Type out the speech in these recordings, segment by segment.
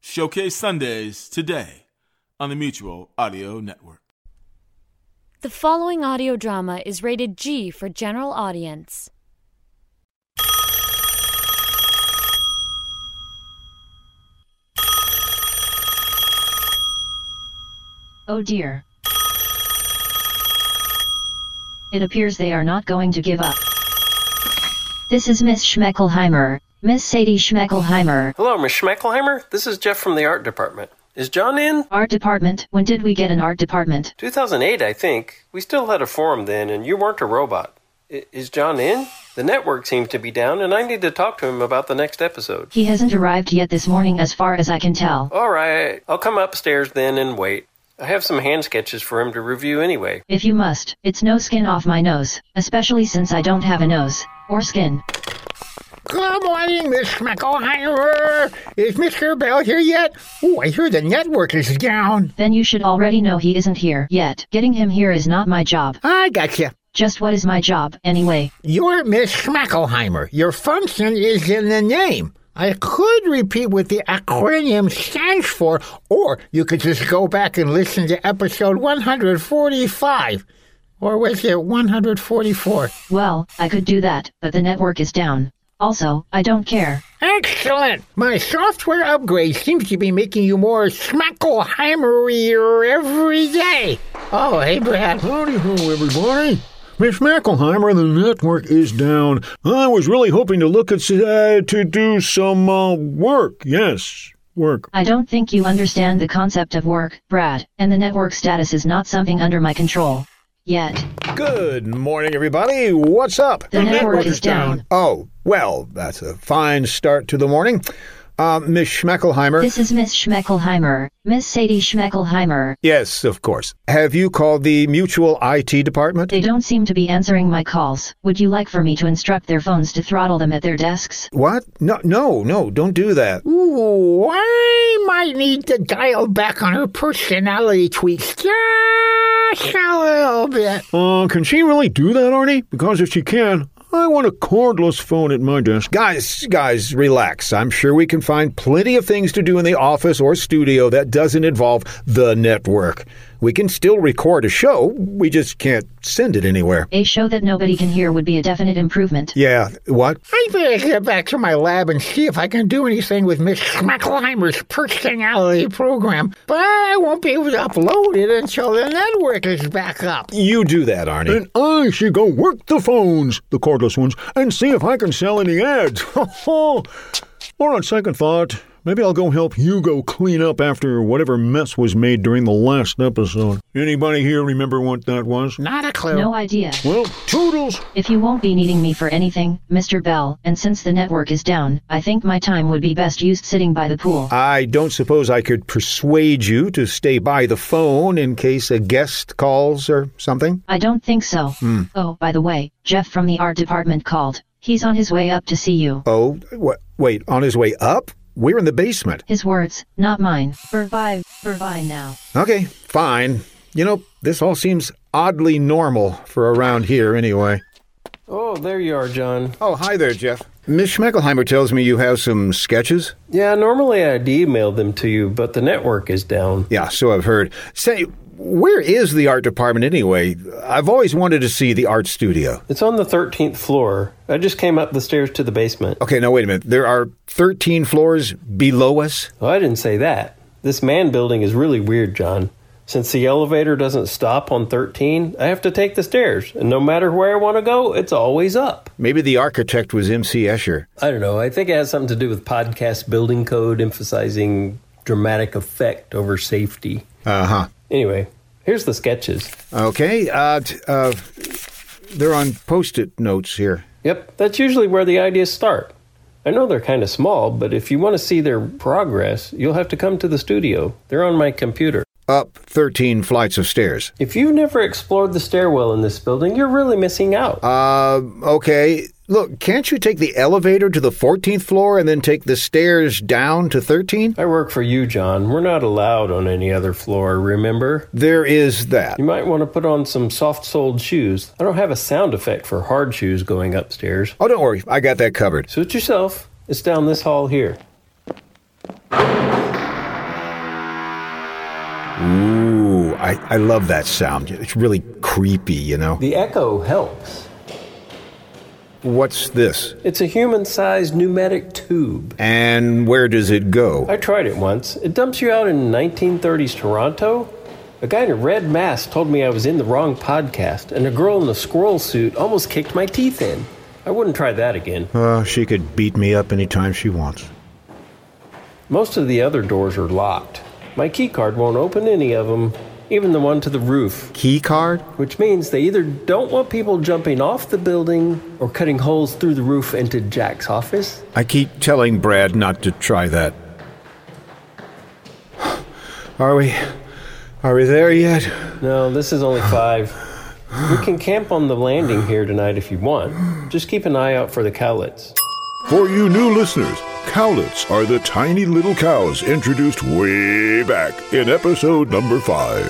Showcase Sundays today on the Mutual Audio Network. The following audio drama is rated G for general audience. Oh dear. It appears they are not going to give up. This is Miss Schmeckelheimer, Miss Sadie Schmeckelheimer. Hello, Miss Schmeckelheimer. This is Jeff from the art department. Is John in? Art department, when did we get an art department? 2008, I think. We still had a forum then, and you weren't a robot. I- is John in? The network seems to be down, and I need to talk to him about the next episode. He hasn't arrived yet this morning as far as I can tell. All right, I'll come upstairs then and wait. I have some hand sketches for him to review anyway. If you must, it's no skin off my nose, especially since I don't have a nose, or skin. Good morning, Miss Schmeckelheimer. Is Mr. Bell here yet? Oh, I hear the network is down. Then you should already know he isn't here yet. Getting him here is not my job. I gotcha. Just what is my job, anyway? You're Miss Schmeckelheimer. Your function is in the name. I could repeat what the acronym stands for, or you could just go back and listen to episode 145. Or was it 144? Well, I could do that, but the network is down. Also, I don't care. Excellent! My software upgrade seems to be making you more Schmackelheimerier every day. Oh, hey, Brad. Howdy ho, everybody. Miss Mackelheimer, the network is down. I was really hoping to look at uh, to do some uh, work. Yes, work. I don't think you understand the concept of work, Brad, and the network status is not something under my control. Yet, Good morning, everybody. What's up? the, network, is down. Oh, well, that's a fine start to the morning. Uh, Miss Schmeckelheimer. This is Miss Schmeckelheimer, Miss Sadie Schmeckelheimer. yes, of course. Have you called the mutual IT department? They don't seem to be answering my calls. Would you like for me to instruct their phones to throttle them at their desks? What? No, no, no, don't do that. Ooh, I might need to dial back on her personality tweaks just a little bit. Uh, can she really do that, Arnie? Because if she can, I want a cordless phone at my desk. Guys, guys, relax. I'm sure we can find plenty of things to do in the office or studio that doesn't involve the network. We can still record a show, we just can't send it anywhere. A show that nobody can hear would be a definite improvement. Yeah, what? I better get back to my lab and see if I can do anything with Miss Schmackelheimer's personality program, but I won't be able to upload it until the network is back up. You do that, Arnie. And I should go work the phones, the cordless ones, and see if I can sell any ads. or on second thought, maybe I'll go help Hugo clean up after whatever mess was made during the last episode. Anybody here remember what that was? Not a clue. No idea. Well, toodles! If you won't be needing me for anything, Mr. Bell, and since the network is down, I think my time would be best used sitting by the pool. I don't suppose I could persuade you to stay by the phone in case a guest calls or something? I don't think so. Oh, by the way, Jeff from the art department called. He's on his way up to see you. Oh, wh- wait, on his way up? We're in the basement. His words, not mine. Bye, bye now. Okay, fine. You know, this all seems oddly normal for around here anyway. Oh, there you are, John. Oh, hi there, Jeff. Miss Schmeckelheimer tells me you have some sketches. Yeah, normally I'd email them to you, but the network is down. Yeah, so I've heard. Say, where is the art department anyway? I've always wanted to see the art studio. It's on the 13th floor. I just came up the stairs to the basement. Okay, now wait a minute. There are 13 floors below us. Well, I didn't say that. This man building is really weird, John. Since the elevator doesn't stop on 13, I have to take the stairs, and no matter where I want to go, it's always up. Maybe the architect was M.C. Escher. I don't know. I think it has something to do with podcast building code emphasizing dramatic effect over safety. Uh huh. Anyway, here's the sketches. Okay, uh, t- uh, they're on post it notes here. Yep, that's usually where the ideas start. I know they're kind of small, but if you want to see their progress, you'll have to come to the studio. They're on my computer. Up 13 flights of stairs. If you've never explored the stairwell in this building, you're really missing out. Uh, okay. Look, can't you take the elevator to the 14th floor and then take the stairs down to 13? I work for you, John. We're not allowed on any other floor, remember? There is that. You might want to put on some soft soled shoes. I don't have a sound effect for hard shoes going upstairs. Oh, don't worry. I got that covered. Suit yourself. It's down this hall here. Ooh, I, I love that sound. It's really creepy, you know? The echo helps. What's this? It's a human sized pneumatic tube. And where does it go? I tried it once. It dumps you out in 1930s Toronto. A guy in a red mask told me I was in the wrong podcast, and a girl in a squirrel suit almost kicked my teeth in. I wouldn't try that again. Uh, she could beat me up anytime she wants. Most of the other doors are locked. My key card won't open any of them, even the one to the roof, Key card? which means they either don't want people jumping off the building or cutting holes through the roof into Jack's office. I keep telling Brad not to try that. Are we. Are we there yet? No, this is only five. You can camp on the landing here tonight if you want. Just keep an eye out for the cowlets. For you new listeners, cowlets are the tiny little cows introduced way back in episode number five.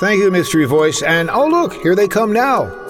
Thank you, Mystery Voice. And oh, look, here they come now.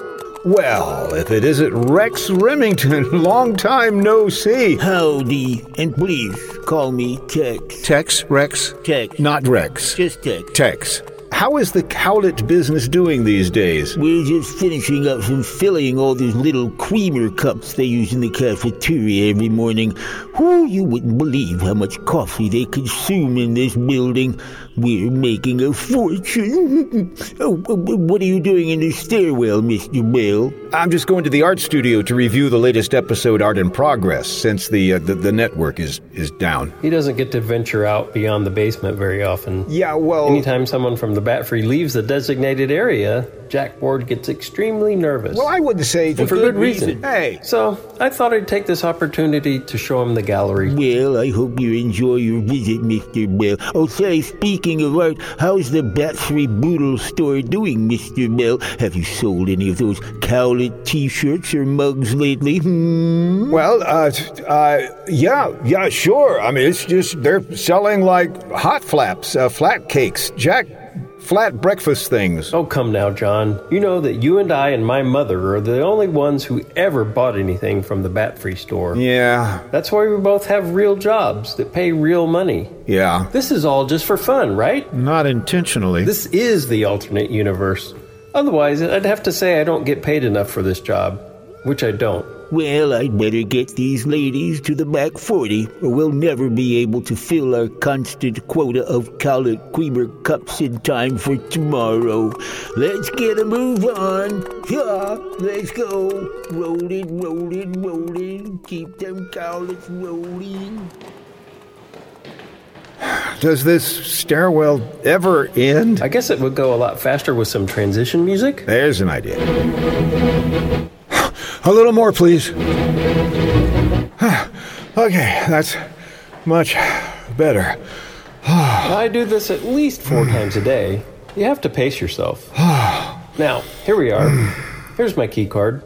Well, if it isn't Rex Remington, long time no see. Howdy, and please call me Tex. Tex, Rex, Tex. not Rex. Just Tex. Tex. How is the cowlet business doing these days? We're just finishing up from filling all these little creamer cups they use in the cafeteria every morning. Whoo, you wouldn't believe how much coffee they consume in this building. We're making a fortune. oh, oh, what are you doing in the stairwell, Mr. Bell? I'm just going to the art studio to review the latest episode art in progress since the uh, the, the network is is down. He doesn't get to venture out beyond the basement very often. Yeah, well, Anytime someone from the Bat Free leaves the designated area, Jack Ward gets extremely nervous. well, I wouldn't say and for good reason. Hey, So I thought I'd take this opportunity to show him the gallery. Well, I hope you enjoy your visit, Mr. Bell. Oh, say, speaking of art, how's the Battery Boodle store doing, Mr. Bell? Have you sold any of those cowlet t-shirts or mugs lately? Hmm? Well, uh, t- uh, yeah, yeah, sure. I mean, it's just they're selling like hot flaps, uh, flat cakes, jack, flat breakfast things. Oh, come now, John. You know that you and I and my mother are the only ones who ever bought anything from the Bat Free store. Yeah, That's why we both have real jobs that pay real money. yeah. This is all just for fun, right? Not intentionally. This is the alternate universe. Otherwise, I'd have to say I don't get paid enough for this job, which I don't. Well, I'd better get these ladies to the back 40, or we'll never be able to fill our constant quota of cowlet creamer cups in time for tomorrow. Let's get a move on. Yeah, let's go. Rolling, rolling, rolling. Keep them cowlets rolling. Does this stairwell ever end? I guess it would go a lot faster with some transition music. There's an idea. A little more, please. okay, that's much better. I do this at least four times a day. You have to pace yourself. Now, here we are. Here's my key card.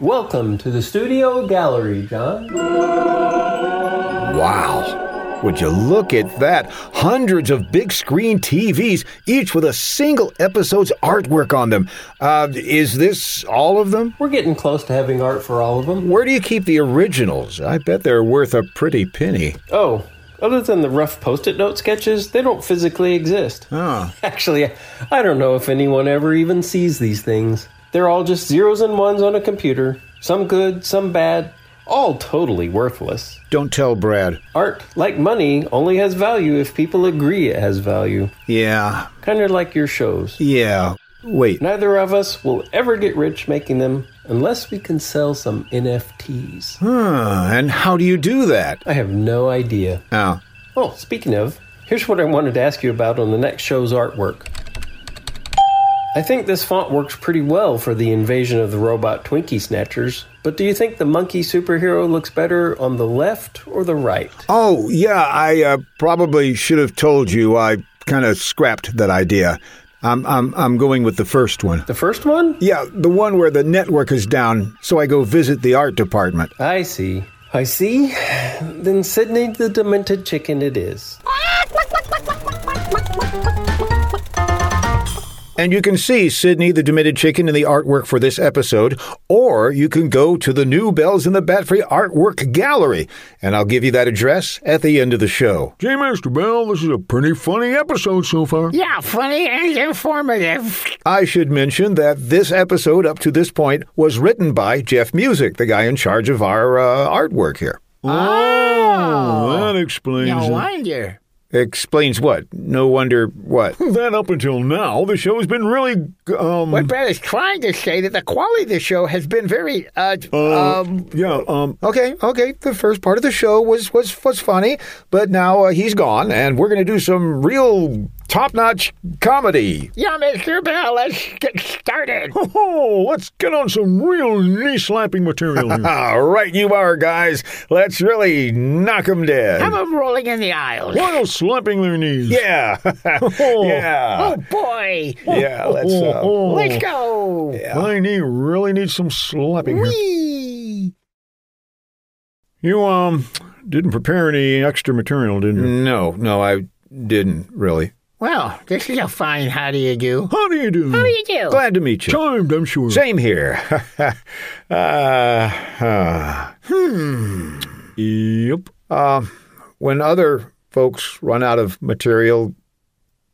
Welcome to the studio gallery, John. Wow. Would you look at that? Hundreds of big screen TVs, each with a single episode's artwork on them. Uh, is this all of them? We're getting close to having art for all of them. Where do you keep the originals? I bet they're worth a pretty penny. Oh, other than the rough post it note sketches, they don't physically exist. Ah. Actually, I don't know if anyone ever even sees these things. They're all just zeros and ones on a computer, some good, some bad, all totally worthless. Don't tell Brad. Art, like money, only has value if people agree it has value. Yeah, Kind of like your shows. yeah. Wait, Neither of us will ever get rich making them unless we can sell some NFTs. huh, and how do you do that? I have no idea. Oh, Oh, speaking of, here's what I wanted to ask you about on the next show's artwork. I think this font works pretty well for the invasion of the robot Twinkie Snatchers, but do you think the monkey superhero looks better on the left or the right? oh yeah, I uh, probably should have told you. I kind of scrapped that idea. I'm, I'm, I'm going with the first one. The first one? Yeah, the one where the network is down, so I go visit the art department. I see. I see. Then Sydney the Demented Chicken it is. And you can see Sydney the Demitted Chicken in the artwork for this episode, or you can go to the new Bells in the Bat Free Artwork Gallery, and I'll give you that address at the end of the show. Gee, Mr. Bell, this is a pretty funny episode so far. Yeah, funny and informative. I should mention that this episode up to this point was written by Jeff Music, the guy in charge of our uh, artwork here. Oh, that explains No it. wonder. Explains what? No wonder what? That up until now, the show's been really um What Brad is trying to say that the quality of the show has been very, uh, uh, Oh. um, yeah um Okay, okay. The first part of the show was was was funny, but now uh, he's gone, and we're going to do some real top notch comedy. yeah, Mr. Bell, let's get started. oh let's get on some real knee slapping material here. All right, you are guys. Let's really knock him dead. Have 'em rolling in the aisles. While slapping their knees. yeah, yeah, Oh, boy. yeah. Let's. Uh, Oh, Let's go. My knee really needs some slapping here. Whee. You um didn't prepare any extra material, did you? no, no, I didn't really. Well, this is a fine how do you do. How do you do? How do you do? Glad to meet you. Timed, I'm sure. Same here. uh, uh, Yep. Uh, when other folks run out of material,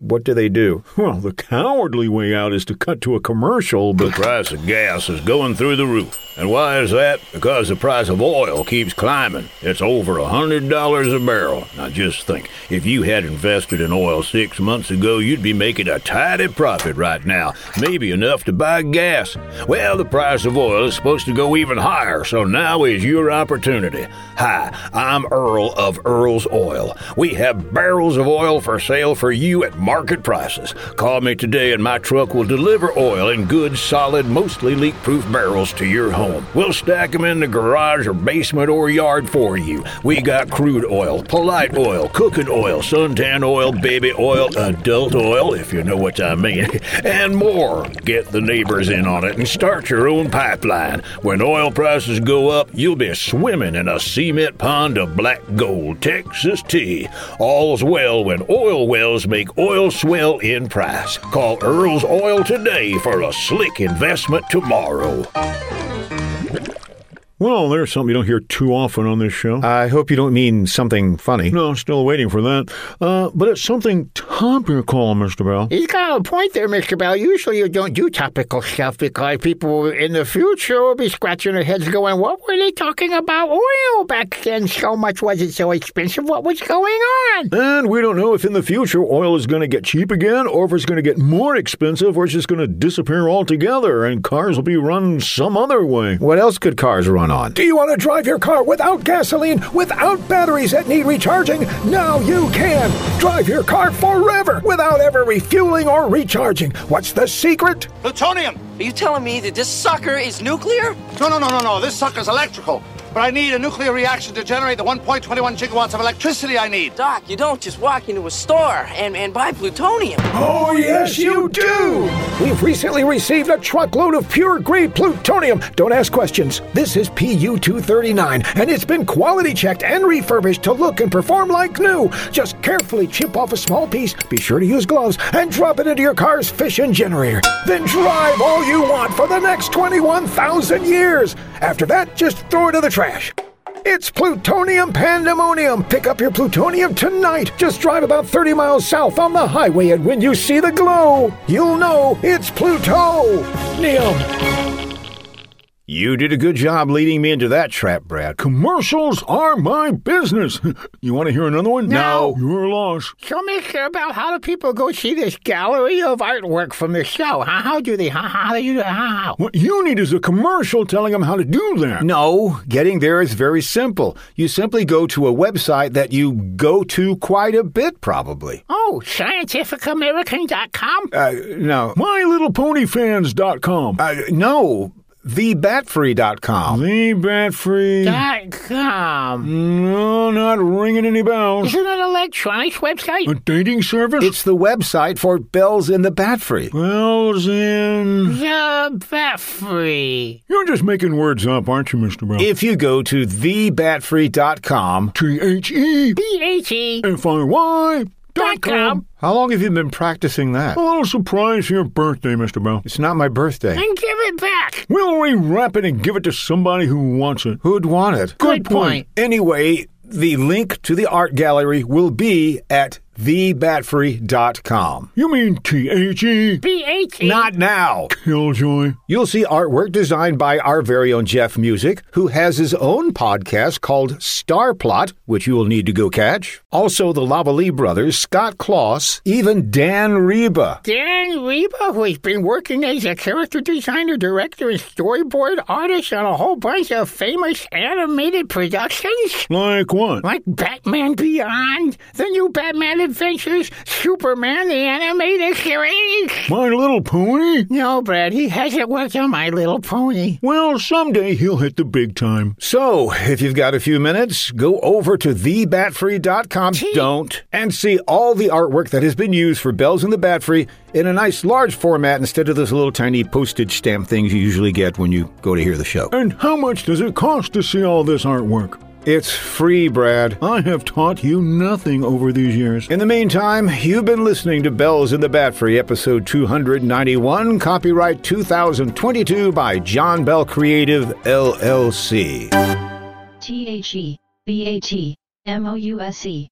what do they do? Well, the cowardly way out is to cut to a commercial, but price of gas is going through the roof. And why is that? Because the price of oil keeps climbing. It's over a $100 a barrel. Now just think, if you had invested in oil six months ago, you'd be making a tidy profit right now, maybe enough to buy gas. Well, the price of oil is supposed to go even higher, so now is your opportunity. Hi, I'm Earl of Earl's Oil. We have barrels of oil for sale for you at market prices. Call me today and my truck will deliver oil in good, solid, mostly leak proof barrels to your home. We'll stack them in the garage or basement or yard for you. We got crude oil, polite oil, cooking oil, suntan oil, baby oil, adult oil, if you know what I mean, and more. Get the neighbors in on it and start your own pipeline. When oil prices go up, you'll be swimming in a cement pond of black gold, Texas tea. All's well when oil wells make oil swell in price. Call Earl's Oil today for a slick investment tomorrow. well, there's something you don't hear too often on this show. I hope you don't mean something funny. no, still waiting for that. Uh, but it's something topical, Mr. Bell. He's got a point there, Mr. Bell. Usually you don't do topical stuff because people in the future will be scratching their heads going, What were they talking about oil back then? So much was it so expensive? What was going on? And we don't know if in the future oil is going to get cheap again, or if it's going to get more expensive, or it's just going to disappear altogether and cars will be run some other way. What else could cars run on? Do you want to drive your car without gasoline, without batteries that need recharging? Now you can! Drive your car forever without ever refueling or recharging. What's the secret? Plutonium! Are you telling me that this sucker is nuclear? No, no, no, no, no. This sucker's electrical. But I need a nuclear reaction to generate the 1.21 gigawatts of electricity I need. Doc, you don't just walk into a store and, and buy plutonium. Oh, yes, you do! We've recently received a truckload of pure gray plutonium. Don't ask questions. This is PU 239, and it's been quality checked and refurbished to look and perform like new. Just carefully chip off a small piece, be sure to use gloves, and drop it into your car's fission generator. Then drive all you want for the next 21,000 years. After that, just throw it in the trash. It's plutonium pandemonium. Pick up your plutonium tonight. Just drive about 30 miles south on the highway, and when you see the glow, you'll know it's Pluto. Neum. You did a good job leading me into that trap, Brad. Commercials are my business. you want to hear another one? No. You're lost. So, Mr. Bell, how do people go see this gallery of artwork from the show? How, how do they? How, how do you? How? What you need is a commercial telling them how to do that. No, getting there is very simple. You simply go to a website that you go to quite a bit, probably. Oh, scientificamerican.com? Uh, no, MyLittlePonyFans.com. uh, no, thebatfree.com. The bat free. Dot com. No, not ringing any bells. Is it an electronics website? A dating service? It's the website for Bells in the Bat Free. Oh. bells in. The Battery. You're just making words up, aren't you, Mr. Bell? If you go to thebatfree.com, T H E B-H-E. F I Y com. How long have you been practicing that? A little surprise for your birthday, Mr. Bell. It's not my birthday. And give it back. We'll rewrap it and give it to somebody who wants it. Who'd want it? Good point. Anyway, the link to the art gallery will be at thebatfree.com. You mean T H E? B H E. Not now. Killjoy. You'll see artwork designed by our very own Jeff Music, who has his own podcast called Star Plot, which you will need to go catch. Also, the Lavalley brothers, Scott Kloss, even Dan Reba. Dan Reba, who has been working as a character designer, director, and storyboard artist on a whole bunch of famous animated productions Like what? like Batman Beyond, the new Batman Adventures, Superman the Animated Series. My Little Pony? No, Brad, he hasn't worked on My Little Pony. Well, someday he'll hit the big time. So, if you've got a few minutes, go over to thebatfree.com, Gee. don't, and see all the artwork that has been used for Bells and the Bat Free in a nice large format instead of those little tiny postage stamp things you usually get when you go to hear the show. And how much does it cost to see all this artwork? It's free, Brad. I have taught you nothing over these years. In the meantime, you've been listening to Bells in the Bat Free, episode 291, copyright 2022 by John Bell Creative, LLC. T H E B A T M O U S E.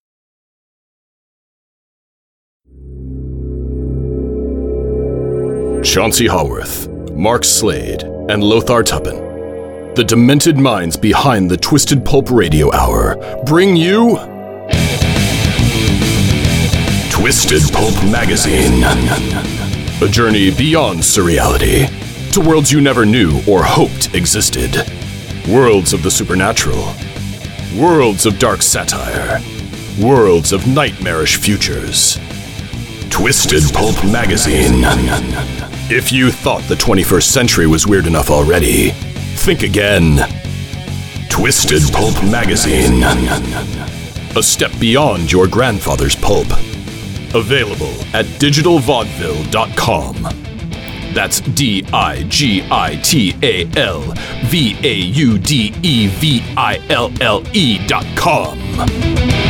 Chauncey Haworth, Mark Slade, and Lothar Tuppen, the demented minds behind the Twisted Pulp Radio Hour, bring you Twisted Pulp Magazine, a journey beyond surreality to worlds you never knew or hoped existed, worlds of the supernatural, worlds of dark satire, worlds of nightmarish futures. Twisted Pulp Magazine. If you thought the 21st century was weird enough already, think again. Twisted Pulp Magazine. A step beyond your grandfather's pulp. Available at digitalvaudeville.com. That's D I G I T A L V A U D E V I L L E dot com.